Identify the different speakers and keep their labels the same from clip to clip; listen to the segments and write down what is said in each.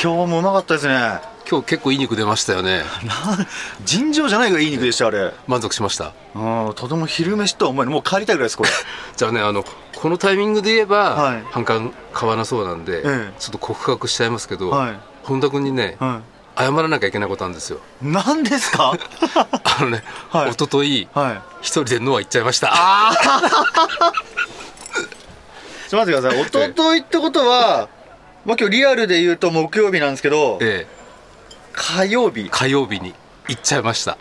Speaker 1: 今日もうまかったですね
Speaker 2: 今日結構いい肉出ました よね
Speaker 1: な尋常じゃないがいい肉でしたあれ
Speaker 2: 満足しました
Speaker 1: うんとても昼飯とは思えないもう帰りたいぐらいですこれ
Speaker 2: じゃあねあのこのタイミングで言えば、
Speaker 1: はい
Speaker 2: 反感買わなそうなんで、
Speaker 1: ええ
Speaker 2: ちょっと告白しちゃいますけど、
Speaker 1: はい
Speaker 2: 本田君にね、
Speaker 1: は
Speaker 2: 謝らなきゃいけないことあるんです よ
Speaker 1: い何です か
Speaker 2: あのね、
Speaker 1: はい
Speaker 2: 一昨日
Speaker 1: はい
Speaker 2: 一人でノア行っちゃいました
Speaker 1: ちょっと待ってください一昨日ってことは、まあ、今日リアルで言うと木曜日なんですけど
Speaker 2: ええ
Speaker 1: 火曜日
Speaker 2: 火曜日に行っちゃいました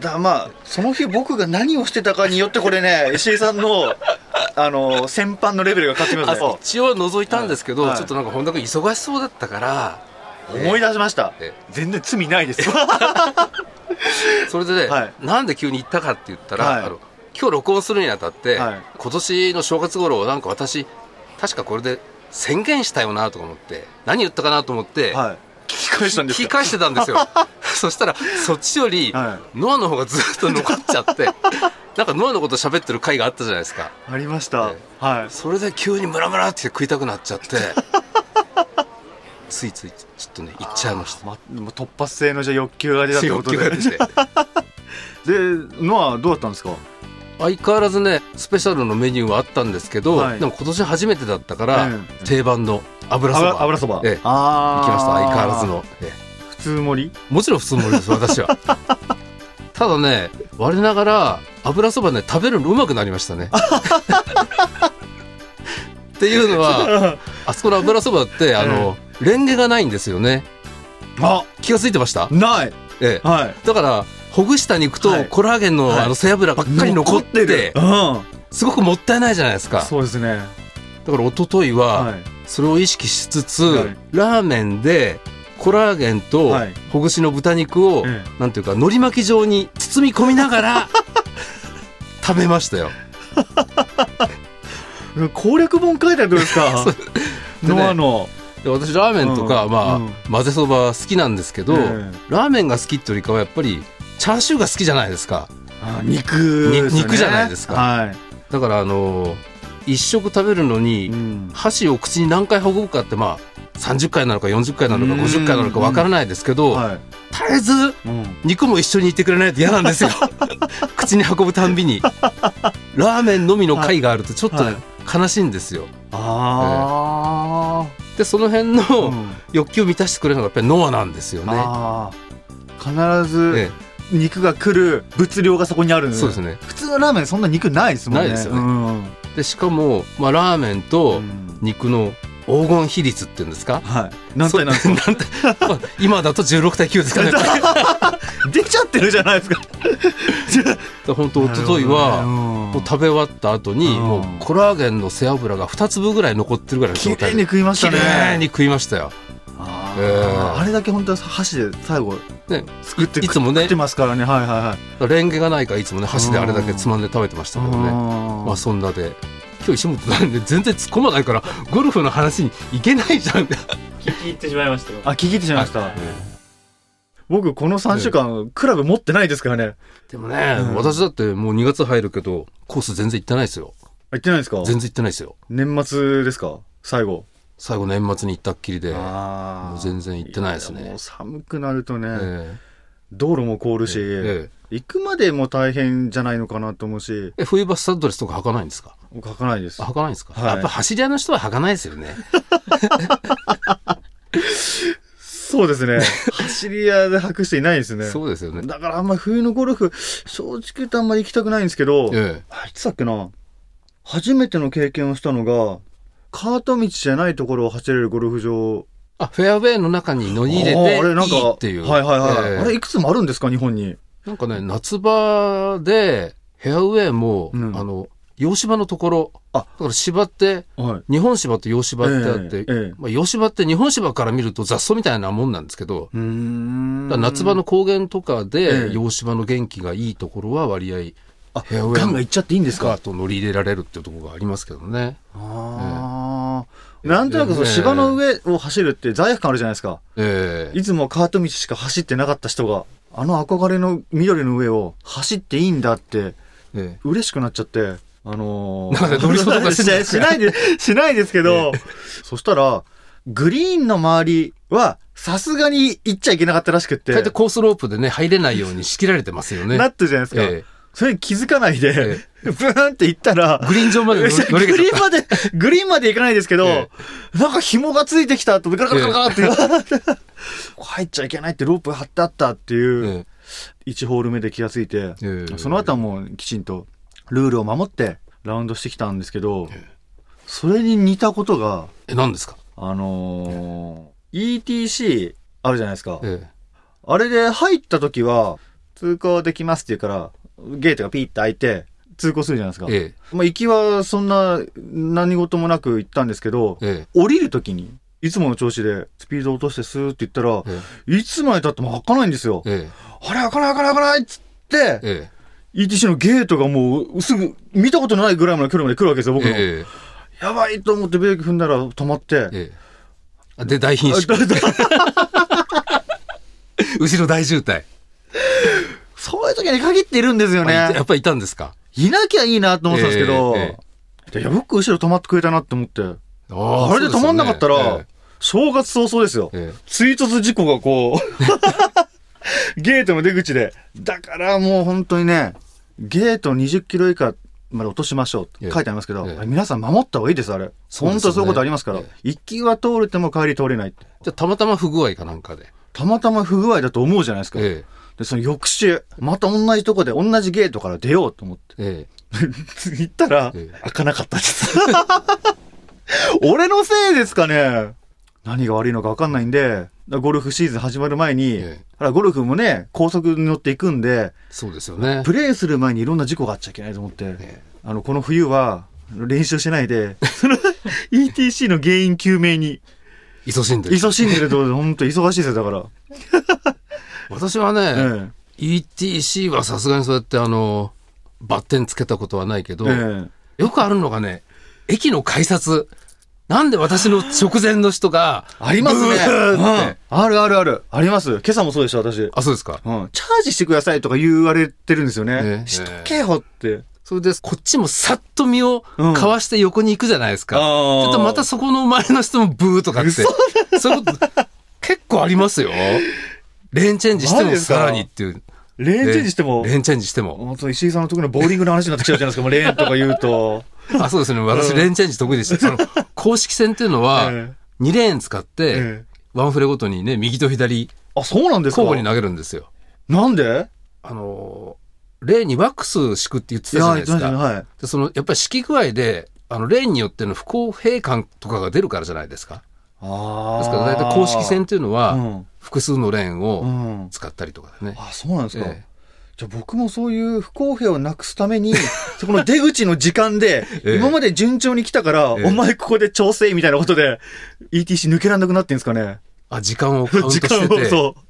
Speaker 1: だまあその日僕が何をしてたかによってこれ ね石井さんのあの先般のレベルが変わってきま
Speaker 2: あ
Speaker 1: すね
Speaker 2: 一応覗いたんですけど、
Speaker 1: はい
Speaker 2: ちょっとなんか本田君忙しそうだったから
Speaker 1: 思い出しました
Speaker 2: え
Speaker 1: 全然罪ないですよ は
Speaker 2: それでね、
Speaker 1: はい
Speaker 2: なんで急に行ったかって言ったら、
Speaker 1: はい
Speaker 2: あの今日録音するにあたって、
Speaker 1: はい
Speaker 2: 今年の正月頃なんか私確かこれで宣言したよなとか思って何言ったかなと思って、
Speaker 1: い 聞き返したんです
Speaker 2: 聞き
Speaker 1: よ
Speaker 2: 返してた んですよそしたらそっちより、
Speaker 1: は
Speaker 2: ノアの方がずっと残っちゃってなんかノアのこと喋ってる回があったじゃないですか
Speaker 1: ありました
Speaker 2: え
Speaker 1: はい
Speaker 2: それで急にムラムラって食いたくなっちゃってついついちょっとね行っちゃいました
Speaker 1: まもう突発性のじゃあ欲求が出たってこと
Speaker 2: 欲
Speaker 1: で
Speaker 2: 求が出て
Speaker 1: でノアどうだったんですか
Speaker 2: 相変わらずねスペシャルのメニューはあったんですけど、
Speaker 1: はい
Speaker 2: でも今年初めてだったから、
Speaker 1: うん
Speaker 2: 定番の油そば
Speaker 1: 油そば
Speaker 2: ええ
Speaker 1: ああ
Speaker 2: 行きました相変わらずの、え
Speaker 1: 普通盛り
Speaker 2: えもちろん普通盛りです 私はただね我ながら油そばね食べるのうまくなりまし たねっていうのはあそこの油そばってあの、レンゲがないんですよね
Speaker 1: あ
Speaker 2: 気が付いてました、
Speaker 1: ない
Speaker 2: ええ、
Speaker 1: はい
Speaker 2: だからほぐした肉
Speaker 1: は
Speaker 2: と
Speaker 1: い
Speaker 2: コラーゲンの,、
Speaker 1: はい
Speaker 2: あの背脂ばっかり残って
Speaker 1: うん
Speaker 2: すごくもったいないじゃないですか
Speaker 1: そうですね
Speaker 2: だから一昨日は、
Speaker 1: はい
Speaker 2: それを意識しつつ、
Speaker 1: はい
Speaker 2: ラーメンでコラーゲンと
Speaker 1: はい
Speaker 2: ほぐしの豚肉を、
Speaker 1: え
Speaker 2: なんていうか海苔巻き状に包み込みな がら食べましたよ
Speaker 1: え攻略本書いたらどうですか
Speaker 2: でね
Speaker 1: ノアの
Speaker 2: で私ラーメンとか、
Speaker 1: うん
Speaker 2: まあ、
Speaker 1: うん
Speaker 2: 混ぜそば好きなんですけど、
Speaker 1: え
Speaker 2: ラーメンが好きってよりかはやっぱりチャーシューが好きじゃないですか
Speaker 1: あ肉ですね
Speaker 2: 肉じゃないですか
Speaker 1: は
Speaker 2: だからあのー一食食べるの
Speaker 1: い
Speaker 2: に、
Speaker 1: ん
Speaker 2: 箸を口に何回運ぶかってまあ30回なのか40回なのか
Speaker 1: うん
Speaker 2: 50回なのかわからないですけど、
Speaker 1: はい
Speaker 2: 絶えず
Speaker 1: うん
Speaker 2: 肉も一緒にいてくれないと嫌なんですよ 口に運ぶたんびにラーメンのみの回があるとちょっとね、
Speaker 1: はい
Speaker 2: 悲しいんですよ
Speaker 1: あ
Speaker 2: でその辺
Speaker 1: ーう
Speaker 2: の
Speaker 1: ん
Speaker 2: 欲求を満たしてくれるのがやっぱりノアなんですよね、
Speaker 1: あー必ず
Speaker 2: え
Speaker 1: 肉が来る物量がそこにあるん
Speaker 2: え、そうですね
Speaker 1: 普通のラーメンそんな肉ないですもんね
Speaker 2: ないですよね
Speaker 1: ね
Speaker 2: でしかも、まあ、ラーメンと肉の黄金比率っていうんですか
Speaker 1: はい何歳なんですか
Speaker 2: なんてまあ今だと16対9ですかね
Speaker 1: 出ちゃってるじゃないですか
Speaker 2: 本当一昨日は、
Speaker 1: は
Speaker 2: もう食べ終わった後に、
Speaker 1: うん
Speaker 2: もうコラーゲンの背脂が2粒ぐらい残ってるぐらいの状
Speaker 1: 綺
Speaker 2: 態
Speaker 1: 麗に
Speaker 2: で
Speaker 1: 食いまし
Speaker 2: 綺
Speaker 1: たね
Speaker 2: 麗に食いましたよ、
Speaker 1: あー
Speaker 2: ええ
Speaker 1: あれだけ本当は箸で最後
Speaker 2: ね、
Speaker 1: 作って
Speaker 2: いつもね
Speaker 1: 食ってますからねはいはいはい
Speaker 2: レンゲがないからいつもね箸であれだけつまんで食べてましたけどね、ま
Speaker 1: ま
Speaker 2: あそんなで今日石本なんで全然突っ込まないからゴルフの話にいけないじゃん
Speaker 3: 聞き入ってしまいましたよ
Speaker 1: あ聞き入ってしまいました僕この3週間クラブ持ってないですからね
Speaker 2: でもね、
Speaker 1: うん
Speaker 2: 私だってもう2月入るけどコース全然行ってないですよ
Speaker 1: あ行ってないですか
Speaker 2: 全然行ってないですよ
Speaker 1: 年末ですか最後
Speaker 2: 最後年末に行ったっきりで、
Speaker 1: あ
Speaker 2: も
Speaker 1: ー
Speaker 2: う全然行ってないですね
Speaker 1: やもう寒くなるとね、
Speaker 2: え
Speaker 1: 道路も凍る
Speaker 2: え
Speaker 1: し、
Speaker 2: ええ
Speaker 1: 行くまでも大変じゃないのかなと思うし
Speaker 2: え冬場スタッドレスとか履かないんですか
Speaker 1: 僕履かないです
Speaker 2: あ履かないんですか、
Speaker 1: はい
Speaker 2: やっぱ走り屋の人は履かないですよね
Speaker 1: そうです ね走り屋で履く人いないですね
Speaker 2: そうですよね。
Speaker 1: だからあんま冬のゴルフ正直言うとあんまり行きたくないんですけど、
Speaker 2: え
Speaker 1: あいつだっけな初めての経験をしたのがカート道じゃないところを走れるゴルフ場
Speaker 2: あ、フェアウェイの中に乗り入れてい
Speaker 1: あーあれなんか
Speaker 2: いっていう。
Speaker 1: はいはいはい、
Speaker 2: ええ
Speaker 1: あれいくつもあるんですか日本に
Speaker 2: なんかね、夏場で、フェアウェイも、
Speaker 1: うん
Speaker 2: あの、洋芝のところ。
Speaker 1: あ
Speaker 2: だから芝って、
Speaker 1: はい
Speaker 2: 日本芝と洋芝ってあって、
Speaker 1: ええええ
Speaker 2: まあ、洋芝って日本芝から見ると雑草みたいなもんなんですけど、
Speaker 1: うーん
Speaker 2: だから夏場の高原と
Speaker 1: え
Speaker 2: か
Speaker 1: え、
Speaker 2: で洋芝の元気がいいところは割合、
Speaker 1: あ
Speaker 2: フェアウ
Speaker 1: ガンガン
Speaker 2: ェイ
Speaker 1: 行っちゃっていいんです
Speaker 2: スカ
Speaker 1: か
Speaker 2: ート乗り入れられるっていうところがありますけどね。
Speaker 1: ああ、なんとなくその
Speaker 2: ええ
Speaker 1: 芝の上を走るって罪悪感あるじゃないですか。
Speaker 2: ええ
Speaker 1: いつもカート道しか走ってなかった人が、あの憧れの緑の上を走っていいんだって、
Speaker 2: ええ
Speaker 1: 嬉しくなっちゃって、あのー、
Speaker 2: なんかね乗り物とかし
Speaker 1: し
Speaker 2: な
Speaker 1: ないいしないで、しないですけど、そしたら、グリーンの周りは、さすがに行っちゃいけなかったらしくって、
Speaker 2: 大体コースロープでね、入れないように仕切られてますよね。
Speaker 1: なったじゃないですか。
Speaker 2: え
Speaker 1: それに気づかないで、ブ
Speaker 2: え
Speaker 1: ーンって行ったら、
Speaker 2: グリーン上まで乗り乗
Speaker 1: グ
Speaker 2: り上げ
Speaker 1: リ
Speaker 2: ち
Speaker 1: ーン
Speaker 2: ゃっ
Speaker 1: まで、グリーンまで行かないですけど、
Speaker 2: え
Speaker 1: なんか紐がついてきたと、ガラガラガラガラって、入っちゃいけないってロープ張ってあったって
Speaker 2: た。
Speaker 1: いう、
Speaker 2: え
Speaker 1: 1ホール目で気がついて、
Speaker 2: ええ
Speaker 1: その後はもうきちんとルールを守ってラウンドしてきたんですけど、それに似たことが、
Speaker 2: え、何ですか
Speaker 1: あのー ETC あるじゃないですか。
Speaker 2: え
Speaker 1: あれで入った時は、通行できますって言うから、ゲートがピッて開いて、通行するじゃないですか
Speaker 2: え。。え
Speaker 1: まあ、行きはそんな何事もなく行ったんですけど
Speaker 2: え。、え
Speaker 1: 降りる時に、いつもの調子でスピード落としてスーって行ったら
Speaker 2: え。、え
Speaker 1: いつまで経っても開かないんですよ。
Speaker 2: え。え
Speaker 1: あれ開かない開かない開かないっつって、
Speaker 2: え。
Speaker 1: ETC のゲートがもうすぐ見たことないぐらいの距離まで来るわけですよ、僕の。
Speaker 2: え
Speaker 1: やばいと思ってブレーキ踏んだら止まって。
Speaker 2: え。あで、大貧
Speaker 1: あ
Speaker 2: 縮。
Speaker 1: だだ
Speaker 2: 後ろ大渋滞。
Speaker 1: そういう時に限っているんですよ
Speaker 2: あいたや
Speaker 1: ね
Speaker 2: っ。ぱりいたんですか
Speaker 1: いなきゃいいなと思ってたんですけど、
Speaker 2: ええ
Speaker 1: いやよく後ろ止まってくれたなって思って。
Speaker 2: あ
Speaker 1: あれで止まんなかったら、正月早々ですよ。
Speaker 2: ええ
Speaker 1: 追突事故がこう、ゲートの出口で。だからもう本当にね、ゲート20キロ以下まで落としましょうっ
Speaker 2: え
Speaker 1: て
Speaker 2: え
Speaker 1: 書いてありますけど、
Speaker 2: ええ
Speaker 1: あれ皆さん守った方がいいです、あれ。
Speaker 2: そう
Speaker 1: 本
Speaker 2: ですよ
Speaker 1: 当
Speaker 2: ね
Speaker 1: そういうことありますから
Speaker 2: ええ。
Speaker 1: 行きは通れても帰り通れないって。
Speaker 2: じゃあたまたま不具合かなんかで。
Speaker 1: たまたま不具合だと思うじゃないですか。
Speaker 2: え
Speaker 1: で、その翌週、また同じとこで同じゲートから出ようと思って。
Speaker 2: え。え
Speaker 1: 行ったら、
Speaker 2: ええ
Speaker 1: 開かなかったです。俺のせいですかね何が悪いのか分かんないんで、ゴルフシーズン始まる前に、
Speaker 2: ええ
Speaker 1: ほらゴルフもね、高速に乗っていくんで、
Speaker 2: え。そうですよね。
Speaker 1: プレーする前にいろんな事故があっちゃいけないと思って、
Speaker 2: え
Speaker 1: あの、この冬は、練習しないで、 その ETC の原因究明に、
Speaker 2: え勤しんでる。
Speaker 1: 勤しんでると、本当忙しいですよ、だから。
Speaker 2: 私はね、
Speaker 1: え
Speaker 2: ETC はさすがにそうやってあの、バッテンつけたことはないけど、
Speaker 1: ええ
Speaker 2: よくあるのがね、駅の改札。なんで私の直前の人が、
Speaker 1: ありますね
Speaker 2: ブ。ー
Speaker 1: うん
Speaker 2: って
Speaker 1: あるあるある。あります。今朝もそうでした、私。
Speaker 2: あ、そうですか。
Speaker 1: うん、チャージしてくださいとか言われてるんですよね。
Speaker 2: ね
Speaker 1: しとけよって。
Speaker 2: それで、こっちもさっと身を
Speaker 1: うん
Speaker 2: かわして横に行くじゃないですか。
Speaker 1: あー
Speaker 2: ちょっとまたそこの前の人もブーとかって。そういうこと、結構ありますよ。レーンチェンジして
Speaker 1: マジ
Speaker 2: も
Speaker 1: ですか
Speaker 2: さらにっていう。
Speaker 1: レーンチェンジしても、
Speaker 2: レーンチェンジしても。
Speaker 1: 本当石井さんの時のボーリングの話になってきちゃうじゃないですか、もうレーンとか言うと。
Speaker 2: あ、そうですね。私、
Speaker 1: うん
Speaker 2: レーンチェンジ得意でした。あの、公式戦っていうのは
Speaker 1: ええ、
Speaker 2: 2レーン使って、
Speaker 1: ええ
Speaker 2: ワンフレごとにね、右と左、
Speaker 1: あ、そうなんですか
Speaker 2: 交互に投げるんですよ。
Speaker 1: なんで
Speaker 2: あのー、レーンにワックス敷くって言ってたじゃないです
Speaker 1: いや言ってましたねは
Speaker 2: か
Speaker 1: い。
Speaker 2: で、その、やっぱり敷き具合で、あの、レーンによっての不公平感とかが出るからじゃないですか。
Speaker 1: ああ。
Speaker 2: ですから、大体公式戦っていうの
Speaker 1: う
Speaker 2: は
Speaker 1: ん、
Speaker 2: 複数のレーン
Speaker 1: う
Speaker 2: を
Speaker 1: ん。
Speaker 2: 使ったりとかね。
Speaker 1: あ、そうなんですか。
Speaker 2: ええ
Speaker 1: じゃあ僕もそういう不公平をなくすために、 そこの出口の時間で、
Speaker 2: ええ
Speaker 1: 今まで順調に来たから、
Speaker 2: ええ
Speaker 1: お前ここで調整みたいなことで、ETC 抜けらんなくなってんですかね。
Speaker 2: あ、時間をカウントし
Speaker 1: 時
Speaker 2: て
Speaker 1: 間を、
Speaker 2: て。
Speaker 1: そう。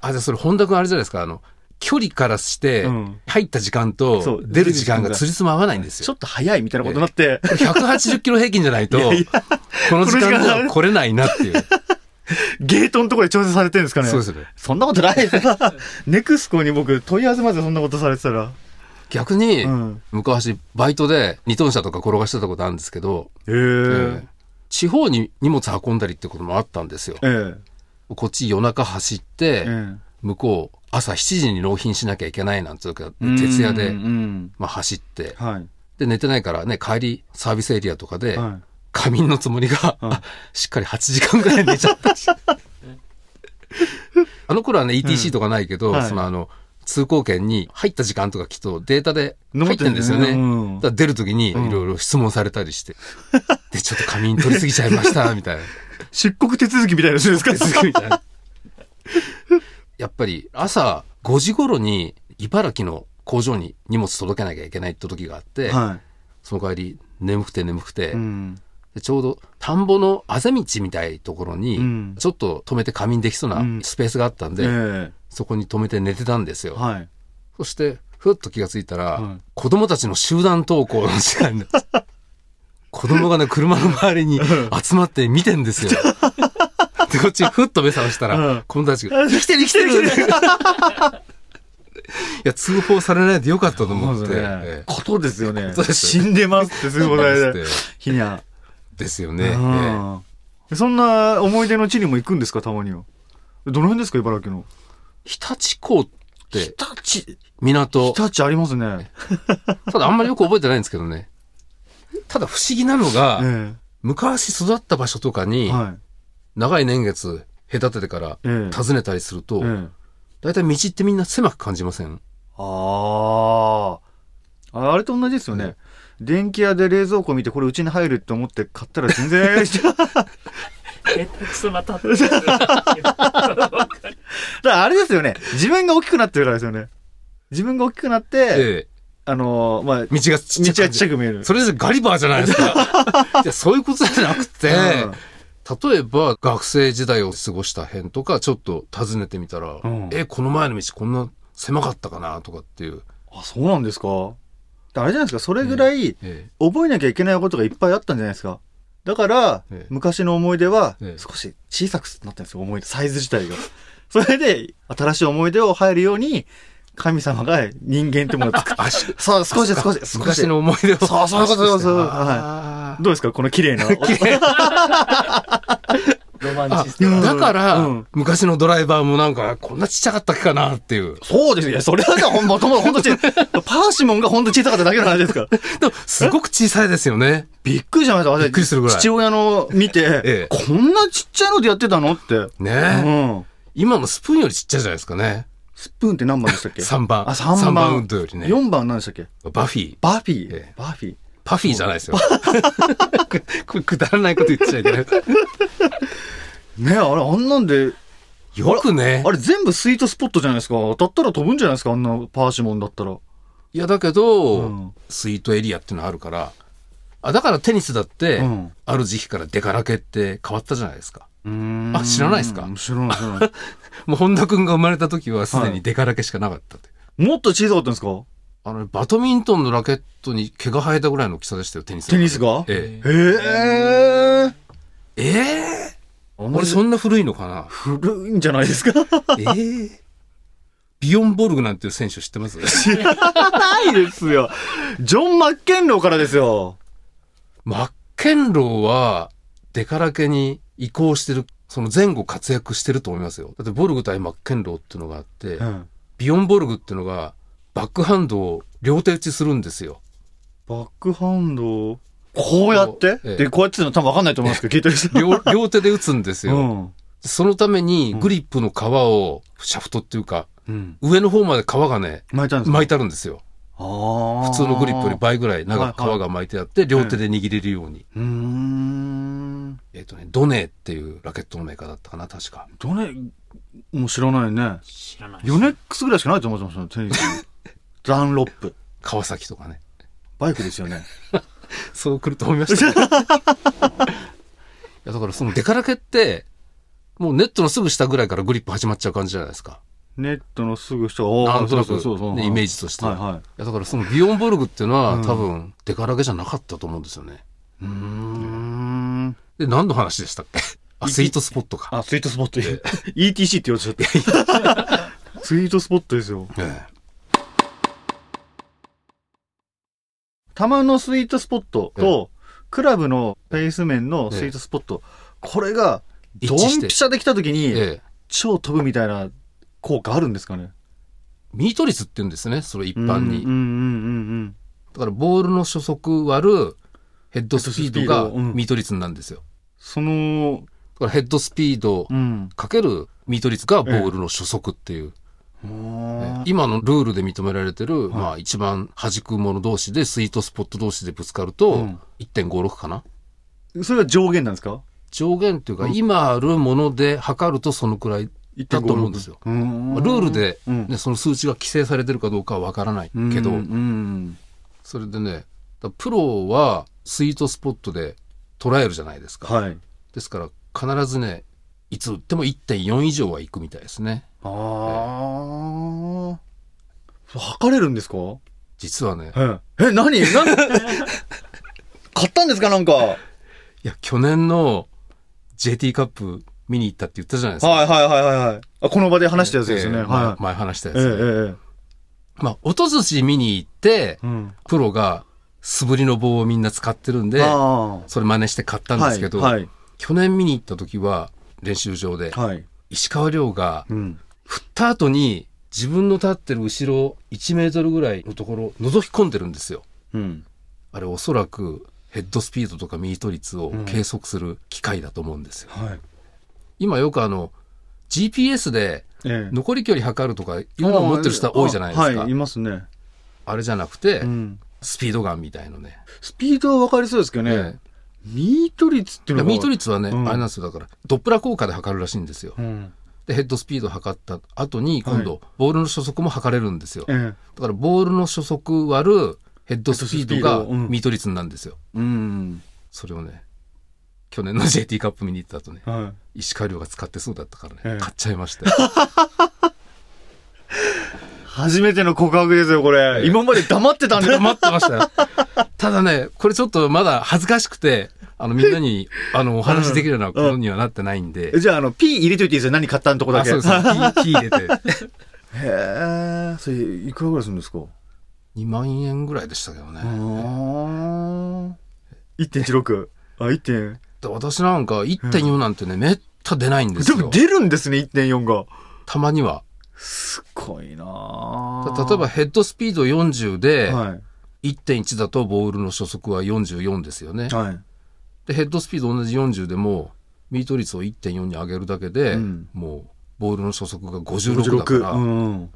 Speaker 2: あ、じゃあそれ、本田君あれじゃないですか。あの、距離からして
Speaker 1: うん、
Speaker 2: 入った時間
Speaker 1: そ
Speaker 2: と
Speaker 1: う
Speaker 2: 出る時間がつりつま合わないんですよ
Speaker 1: ちょ。っと早いみたいなことになって、
Speaker 2: 180キロ平均じゃないと、
Speaker 1: いやいや
Speaker 2: この時間で
Speaker 1: この時間
Speaker 2: は来れないなっていう。
Speaker 1: ゲートのところで調整されてるんですかね。
Speaker 2: そうですね。
Speaker 1: そんな ことないですよネクスコに僕問い合わせまでそんなことされてたら。
Speaker 2: 逆に、
Speaker 1: うん
Speaker 2: 昔、バイトで二トン車とか転がしてたことあるんですけど、
Speaker 1: へ
Speaker 2: ええ地方に荷物運んだりってこともあったんですよ。
Speaker 1: ええ
Speaker 2: こっち夜中走っ
Speaker 1: え
Speaker 2: て、
Speaker 1: え
Speaker 2: 向こう朝7時に納品しなきゃいけないなんていうか、
Speaker 1: うん
Speaker 2: 徹夜
Speaker 1: う
Speaker 2: で、
Speaker 1: ん
Speaker 2: まあ、走って、
Speaker 1: はい。
Speaker 2: で、寝てないからね、帰り、サービスエリアとかで、
Speaker 1: はい
Speaker 2: 仮眠のつもりが、
Speaker 1: うん
Speaker 2: あしっかり8時間ぐらい寝ちゃった し。あの頃はね、ETC とかないけど、
Speaker 1: はい
Speaker 2: そのあの、通行券に入った時間とかきっとデータで入ってんですよ
Speaker 1: 残ってる
Speaker 2: ね。
Speaker 1: ねうん
Speaker 2: だから出る時にい
Speaker 1: ん
Speaker 2: ろいろ質問されたりして、で、ちょっと仮眠取りすぎちゃいました、みたいな。
Speaker 1: 出国手続きみたいなやつですか
Speaker 2: 手作りみたいな。やっぱり朝5時頃に茨城の工場に荷物届けなきゃいけないって時があって、
Speaker 1: は
Speaker 2: その代わり眠くて眠くて、
Speaker 1: い。うん。
Speaker 2: でちょうど田んぼのあぜ道みたいところ
Speaker 1: う
Speaker 2: に
Speaker 1: ん、
Speaker 2: ちょっと止めて仮眠できそうな
Speaker 1: うん
Speaker 2: スペースがあったんで、
Speaker 1: え
Speaker 2: そこに止めて寝てたんです
Speaker 1: え
Speaker 2: よ。
Speaker 1: はい。
Speaker 2: そして、ふっと気がついたら、
Speaker 1: はい
Speaker 2: 子供たちの集団登校の時間です。 子供がね、車の周りに集まって見て んですよ。で、こっちふっと目覚ましたら、
Speaker 1: うん
Speaker 2: 子供たちが、生きてる生きてる 生きてるいや、通報されないでよかったと
Speaker 1: ま
Speaker 2: 思っ
Speaker 1: ず
Speaker 2: て。え
Speaker 1: ね
Speaker 2: え。
Speaker 1: ことですよね
Speaker 2: と。です
Speaker 1: 死んでますってすぐ答え
Speaker 2: そう
Speaker 1: で
Speaker 2: です。
Speaker 1: ひにゃ。
Speaker 2: ですよね。
Speaker 1: う
Speaker 2: ええ
Speaker 1: んそんな思い出の地にも行くんですか、たまには。どの辺ですか、茨城の。
Speaker 2: 日立港っ
Speaker 1: 日
Speaker 2: て
Speaker 1: 立日
Speaker 2: 港。
Speaker 1: 立ありますね。
Speaker 2: ただあんまりよく覚えてないんですけどね。ただ不思議なのが、
Speaker 1: え
Speaker 2: 昔育った場所とか
Speaker 1: え
Speaker 2: に、
Speaker 1: はい。
Speaker 2: 長い年月隔ててから
Speaker 1: ええ
Speaker 2: 訪ねたりすると、
Speaker 1: ええ
Speaker 2: だいたい道ってみんな狭く感じません
Speaker 1: ああ。ああれと同じですよね。電気屋で冷蔵庫見て、これうちに入るって思って買ったら全然、だか
Speaker 3: 下手くそなたってる。わかる
Speaker 1: らあれですよね。自分が大きくなってるからですよね。自分が大きくなって、
Speaker 2: え
Speaker 1: あのーまあ、
Speaker 2: え。道がち
Speaker 1: 道は
Speaker 2: っちゃく感
Speaker 1: ちっちゃ
Speaker 2: じ。
Speaker 1: く見える。
Speaker 2: それじゃガリバーじゃないですか。 いやそういうことじゃなくて、例えば学生時代を過ごした辺とか、ちょっと訪ねてみたら、
Speaker 1: うん
Speaker 2: え、この前の道こんな狭かったかなとかっていう。
Speaker 1: あ、そうなんですか。あれじゃないですか。それぐらい
Speaker 2: ええ
Speaker 1: 覚えなきゃいけないことがいっぱいあったんじゃないですか。だから、
Speaker 2: ええ
Speaker 1: 昔の思い出は
Speaker 2: ええ
Speaker 1: 少し小さくなったんですよ。思い出、サイズ自体が。 それで、新しい思い出を入るように、神様が人間ってものを 作った。
Speaker 2: あし
Speaker 1: そう、少し少し、少し。
Speaker 2: 昔
Speaker 1: ど
Speaker 2: の思い出を。
Speaker 1: そうそういうことそうそう
Speaker 2: あー
Speaker 1: うですかこの綺麗 な。
Speaker 3: ロマン
Speaker 2: あ
Speaker 3: チスト。
Speaker 1: うん
Speaker 2: だから、
Speaker 1: うん
Speaker 2: 昔のドライバーもなんか、こんなちっちゃかったっけかなっていう。
Speaker 1: そうですよ。いやそれはね、ほんま、ほんとほん とちパーシモンがほんと小さかっただけの話ですから。
Speaker 2: でも、すごく小さいですよね。
Speaker 1: びっくりしました。私
Speaker 2: びっくりするぐらい
Speaker 1: 父親の見て、
Speaker 2: ええ
Speaker 1: こんなちっちゃいのでやってたのって。
Speaker 2: ねえ、
Speaker 1: うん。
Speaker 2: 今のスプーンよりちっちゃいじゃないですかね。
Speaker 1: スプーンって何番でしたっけ
Speaker 2: 3番。
Speaker 1: あ、3番。
Speaker 2: 三番ウッドよりね。
Speaker 1: 4番何でしたっけ
Speaker 2: バフィー。
Speaker 1: バフィー、
Speaker 2: ええ
Speaker 1: バフィー。
Speaker 2: パフィーじゃないですよ。ここれく だらないこと言っちゃいけない。
Speaker 1: ねえあれ、あんなんで、
Speaker 2: よくね
Speaker 1: あ。れ全部スイートスポットじゃないですか。当たったら飛ぶんじゃないですか、あんなパーシモンだったら。
Speaker 2: いや、だけど、
Speaker 1: うん
Speaker 2: スイートエリアっていうのあるから。あ、だからテニスだって、
Speaker 1: うん
Speaker 2: ある時期からデカラケって変わったじゃないですか。
Speaker 1: うん
Speaker 2: あ知らないですか
Speaker 1: 知らない、知らない。
Speaker 2: もう本田くんが生まれた時はすで
Speaker 1: はい
Speaker 2: にデカラケしかなかったって。
Speaker 1: もっと小さかったんですか
Speaker 2: あのね、バドミントンのラケットに毛が生えたぐらいの大きさでしたよ、テニスの
Speaker 1: テニスがへ
Speaker 2: え
Speaker 1: え。
Speaker 2: え。ええ
Speaker 1: あん
Speaker 2: 俺そんな古いのかな
Speaker 1: 古いんじゃないですか
Speaker 2: ええビヨンボルグなんていう選手知ってます
Speaker 1: ないですよ。ジョン・マッケンローからですよ。
Speaker 2: マッケンローは、デカラケに移行してる、その前後活躍してると思いますよ。だってボルグ対マッケンローっていうのがあって、
Speaker 1: うん。
Speaker 2: ビヨンボルグっていうのが、バックハンドを両手打ちするんですよ。
Speaker 1: バックハンドをこうやって、
Speaker 2: ええ
Speaker 1: で、こうやってるの多分わかんないと思いますけど、聞いてる人。
Speaker 2: 両 両手で打つんですよ。
Speaker 1: うん。
Speaker 2: そのためにグリップの皮を、シャフトっていうか、
Speaker 1: うん。
Speaker 2: 上の方まで皮がね、
Speaker 1: 巻いたんですか
Speaker 2: 巻いてあるんですよ。
Speaker 1: 普
Speaker 2: 普通のグリップより倍ぐらい長く
Speaker 1: はいはい
Speaker 2: 皮が巻いてあって、両手で握れるように。
Speaker 1: うーん。
Speaker 2: えっとね、ドネーっていうラケットのメーカーだったかな、確か。
Speaker 1: どれ、もう知らないね。
Speaker 3: 知らない。
Speaker 1: ヨネックスぐらいしかないと思ってましたね、テニス。ダンロップ。
Speaker 2: 川崎とかね。
Speaker 1: バイクですよね。
Speaker 2: そう来ると思いま した。いや、だからそのデカラケって、もうネットのすぐ下ぐらいからグリップ始まっちゃう感じじゃないですか。
Speaker 1: ネットのすぐ下、おー
Speaker 2: なんとな
Speaker 1: そう
Speaker 2: く
Speaker 1: そうそう、
Speaker 2: ねイメー
Speaker 1: ジ。
Speaker 2: ジとしては。
Speaker 1: はいはい
Speaker 2: や、だからそのビヨンボルグっていうのは、
Speaker 1: うん
Speaker 2: 多分デカラケじゃなかったと思うんですよね。
Speaker 1: い。うーん。
Speaker 2: で、何の話でしたっけあ、スイートスポットか。
Speaker 1: あ、スイートスポット。ETC って言われちゃった。スイートスポットですよ。
Speaker 2: え
Speaker 1: 玉のスイートスポットと、クラブのフェイス面のスイートスポット。これが、
Speaker 2: 一
Speaker 1: ド
Speaker 2: 致
Speaker 1: ン
Speaker 2: して
Speaker 1: ピシャできたとき
Speaker 2: え。
Speaker 1: に、
Speaker 2: ええ。
Speaker 1: 超飛ぶみたいな効果あるんですかね
Speaker 2: ミート率って言うんですね、それ一般に。
Speaker 1: うんうんうんうん
Speaker 2: だからボールの初速割るヘッドスピード
Speaker 1: ヘッド
Speaker 2: が
Speaker 1: スピードうん
Speaker 2: ミート率なんですよ。
Speaker 1: その、
Speaker 2: だからヘッドスピード
Speaker 1: うん。
Speaker 2: かけるミート率がボールの初速っていう。ね今のルールで認められてる、まあ一番弾くもの同士でスイートスポット同士でぶつかると、
Speaker 1: うん
Speaker 2: 1.56かな。
Speaker 1: それは上限なんですか
Speaker 2: 上限っていうか、今あるもので測るとそのくらいだと思うんですよ。
Speaker 1: うーん
Speaker 2: まあルールで、
Speaker 1: うん
Speaker 2: ね、その数値が規制されてるかどうかはわからないけど、
Speaker 1: うんうん
Speaker 2: それでね、だからプロはスイートスポットで捉えるじゃないですか。
Speaker 1: はい。
Speaker 2: ですから必ずね、いつ打っても1.4以上は行くみたいですね。
Speaker 1: ああ。測れるんですか
Speaker 2: 実はね、
Speaker 1: え、え、何 何買ったんですかなんか。はい
Speaker 2: いや、去年の JT カップ見に行ったって言ったじゃないですか。
Speaker 1: はいはいはいはい。あ、この場で話したやつですよね。
Speaker 2: ええま
Speaker 1: は
Speaker 2: 前話したや
Speaker 1: い。ええ
Speaker 2: つね。
Speaker 1: ええ。
Speaker 2: まあ、音寿司見に行って、
Speaker 1: うん。
Speaker 2: プロが素振りの棒をみんな使ってるんで、
Speaker 1: ああ。
Speaker 2: それ真似して買ったんですけど、
Speaker 1: はい。はい
Speaker 2: 去年見に行った時は、練習場で、
Speaker 1: はい。
Speaker 2: 石川亮が
Speaker 1: う、ん。
Speaker 2: 振った後に、自分の立ってる後ろ1メートルぐらいのところ、覗き込んでるんですよ。
Speaker 1: うん。
Speaker 2: あれおそらく、ヘッドスピードとかミート率を計測する機械だと思うんですよ。
Speaker 1: はい。
Speaker 2: 今よくあの、GPS で
Speaker 1: え
Speaker 2: 残り距離測るとか、いろんなの持ってる人は多いじゃないですか。
Speaker 1: はい、いますね。
Speaker 2: あれじゃなくて
Speaker 1: う、ん。
Speaker 2: スピードガンみたいのね。
Speaker 1: スピードは分かりそうですけどね。
Speaker 2: え
Speaker 1: ミート率っていう
Speaker 2: え
Speaker 1: のが。
Speaker 2: ミート率はね、
Speaker 1: うん
Speaker 2: あれなんですよ。だから、ドップラー効果で測るらしいんですよ。
Speaker 1: うん。
Speaker 2: で、ヘッドスピード測った後に、今
Speaker 1: は
Speaker 2: 度、ボールの初速も測れるんですよ。
Speaker 1: ええ
Speaker 2: だから、ボールの初速割るヘッドスピード
Speaker 1: ヘッドス
Speaker 2: が
Speaker 1: ピードうん
Speaker 2: ミート率なんですよ。
Speaker 1: うん。
Speaker 2: それをね、去年の JT カップ見に行った後ね、
Speaker 1: は
Speaker 2: 石川遼が使ってそうだったからね、
Speaker 1: ええ
Speaker 2: 買っちゃいましたよ。
Speaker 1: い。初めての告白ですよ、これ。
Speaker 2: ええ
Speaker 1: 今まで黙ってた んで。
Speaker 2: 待ってましたよ。ただね、これちょっとまだ恥ずかしくて、あの、みんなに、あの、お話しできるようなことにはなってないんで、
Speaker 1: じゃあ、あの、P 入れといていいですよ、何買ったのとこだ
Speaker 2: あ、
Speaker 1: け。
Speaker 2: そうです。P 入れて。
Speaker 1: へえ、それ、いくらぐらいするんですか
Speaker 2: 2万円ぐらいでしたけどね。
Speaker 1: ああ。1.16。あ、1.
Speaker 2: で私なんか1.4なんてね、めった出ないんです
Speaker 1: でも
Speaker 2: よ。
Speaker 1: 出るんですね、1.4が。
Speaker 2: たまには。
Speaker 1: すごいな
Speaker 2: た例えば、ヘッドスピード40で、
Speaker 1: は
Speaker 2: 1.1だとボールの初速は44ですよね
Speaker 1: い。。はい。
Speaker 2: で、ヘッドスピード同じ40でも、ミート率を1.4に上げるだけで、
Speaker 1: うん
Speaker 2: もう、ボールの初速が56だから、
Speaker 1: うん。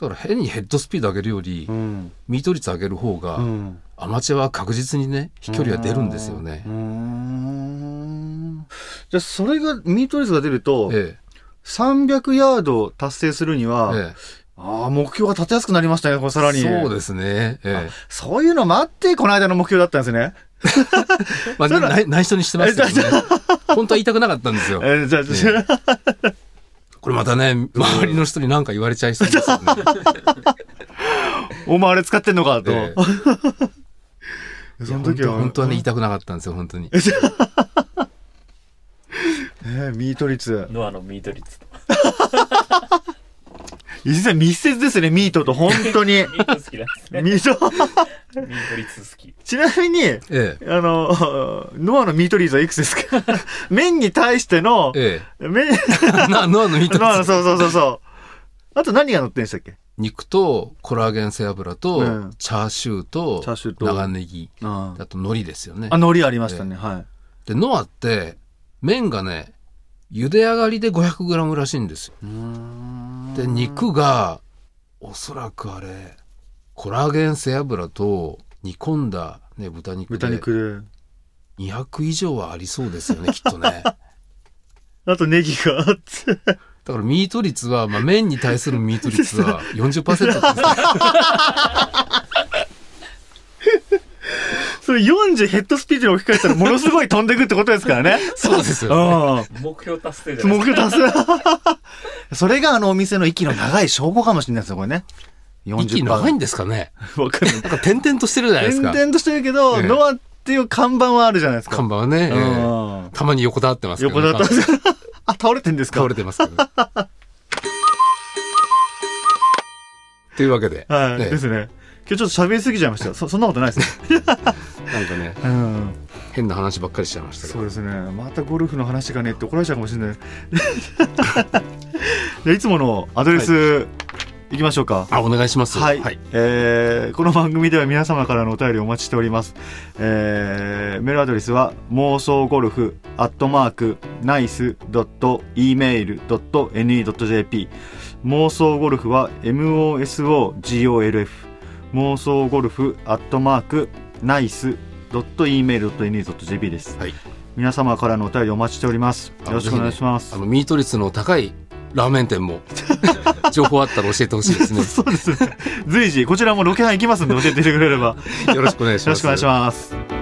Speaker 2: だから変にヘッドスピード上げるより、
Speaker 1: うん。
Speaker 2: ミート率上げる方が、
Speaker 1: うん。
Speaker 2: アマチュアは確実にね、飛距離は出るんですよね
Speaker 1: う。ん。じゃあ、それが、ミート率が出ると、
Speaker 2: え
Speaker 1: 300ヤード達成するに
Speaker 2: え
Speaker 1: は、
Speaker 2: え
Speaker 1: ああ、目標が立てやすくなりましたね、これさら
Speaker 2: え、
Speaker 1: に。。
Speaker 2: そうですすね。え
Speaker 1: そういうのもあって、この間の目標だったんですね。
Speaker 2: え、まあ、
Speaker 1: それは
Speaker 2: ない内緒にしてますけどね。本当は言いたくなかったんですよ。
Speaker 1: えーじゃあ、
Speaker 2: えこれまたね、周りの人に何か言われちゃいそうですよ ね。
Speaker 1: お前あれ使ってんのかと。
Speaker 2: ええ
Speaker 1: その時は。
Speaker 2: 本当はね、言いたくなかったんですよ、本当に。
Speaker 1: えーミート率。
Speaker 3: ノアのミート率と。
Speaker 1: 実際密接ですね、ミートと、本当に。
Speaker 3: ミート好きなんですね。
Speaker 1: ミート。
Speaker 3: ミート率好き。
Speaker 1: ちなみに、
Speaker 2: ええ。
Speaker 1: あの、ノアのミート率はいくつですか 麺に対しての、
Speaker 2: え
Speaker 1: 麺、
Speaker 2: え。なノアのミート
Speaker 1: ノアの、
Speaker 2: 率。
Speaker 1: そうそうそうそう。あと何が乗ってんでしたっけ
Speaker 2: 肉とコラーゲン背脂と、
Speaker 1: うん
Speaker 2: チャーシューと
Speaker 1: チャーシューと
Speaker 2: 長ネギ
Speaker 1: あ
Speaker 2: あと海苔ですよね
Speaker 1: 海苔ありましたね、はい。
Speaker 2: でノアって麺がね茹で上がりで 500g らしいんですよで肉がおそらくあれコラーゲン背脂と煮込んだ、ね、豚肉
Speaker 1: 豚
Speaker 2: で
Speaker 1: 肉
Speaker 2: 200以上はありそうですよねきっと ねだか
Speaker 1: で。あとネギがあって。
Speaker 2: らミート率は、まあ、麺に対するミート率は40%ってことですね
Speaker 1: それ40ヘッドスピードに置き換えたらものすごい飛んでくってことですからね。
Speaker 2: そうですよ
Speaker 1: あ
Speaker 3: 目標達成じ
Speaker 1: あ。
Speaker 3: ゃない
Speaker 1: 目標達成。それがあのお店の息の長い証拠かもしれないですよ、これね。40%
Speaker 2: 息長いんですかね
Speaker 1: わかんない。
Speaker 2: なんか点々としてるじゃないですか
Speaker 1: 転々としてるけど、
Speaker 2: ええ
Speaker 1: ノアっていう看板はあるじゃないですか。
Speaker 2: 看板はね、ええ
Speaker 1: うん
Speaker 2: たまに横たわってますけど、
Speaker 1: 横だったんです あ、倒れてんですか
Speaker 2: 倒れてますけど。 というわけで、
Speaker 1: はい、
Speaker 2: ええ
Speaker 1: ですね。今日ちょっと喋りすぎちゃいました。そ、そんなことないですね。
Speaker 2: なんかね、
Speaker 1: うん。
Speaker 2: 変な話ばっかりしちゃいましたけ
Speaker 1: そ
Speaker 2: ど
Speaker 1: う、ですね。またゴルフの話がねって怒られちゃうかもしれない。 じゃあいつものアドレス、い、きましょうか。
Speaker 2: あ、お願いします。
Speaker 1: はい、えーこの番組では皆様からのお便りをお待ちしております、えーメールアドレスは妄想ゴルフアットマークナイス .email.ne.jp 妄想ゴルフは MOSOGOLF 妄想ゴルフアットマークナイス .email.ne.jp です、
Speaker 2: はい
Speaker 1: 皆様からのお便りお待ちしております
Speaker 2: あの
Speaker 1: よろしくお願いします、。
Speaker 2: あの、ミート率の高いラーメン店 も、情報あったら教えてほしいですね
Speaker 1: そうですね随時こちらもロケハン行きますんで教えてくれれば
Speaker 2: よろしくお願いし
Speaker 1: よろし
Speaker 2: ます。
Speaker 1: くお願いします。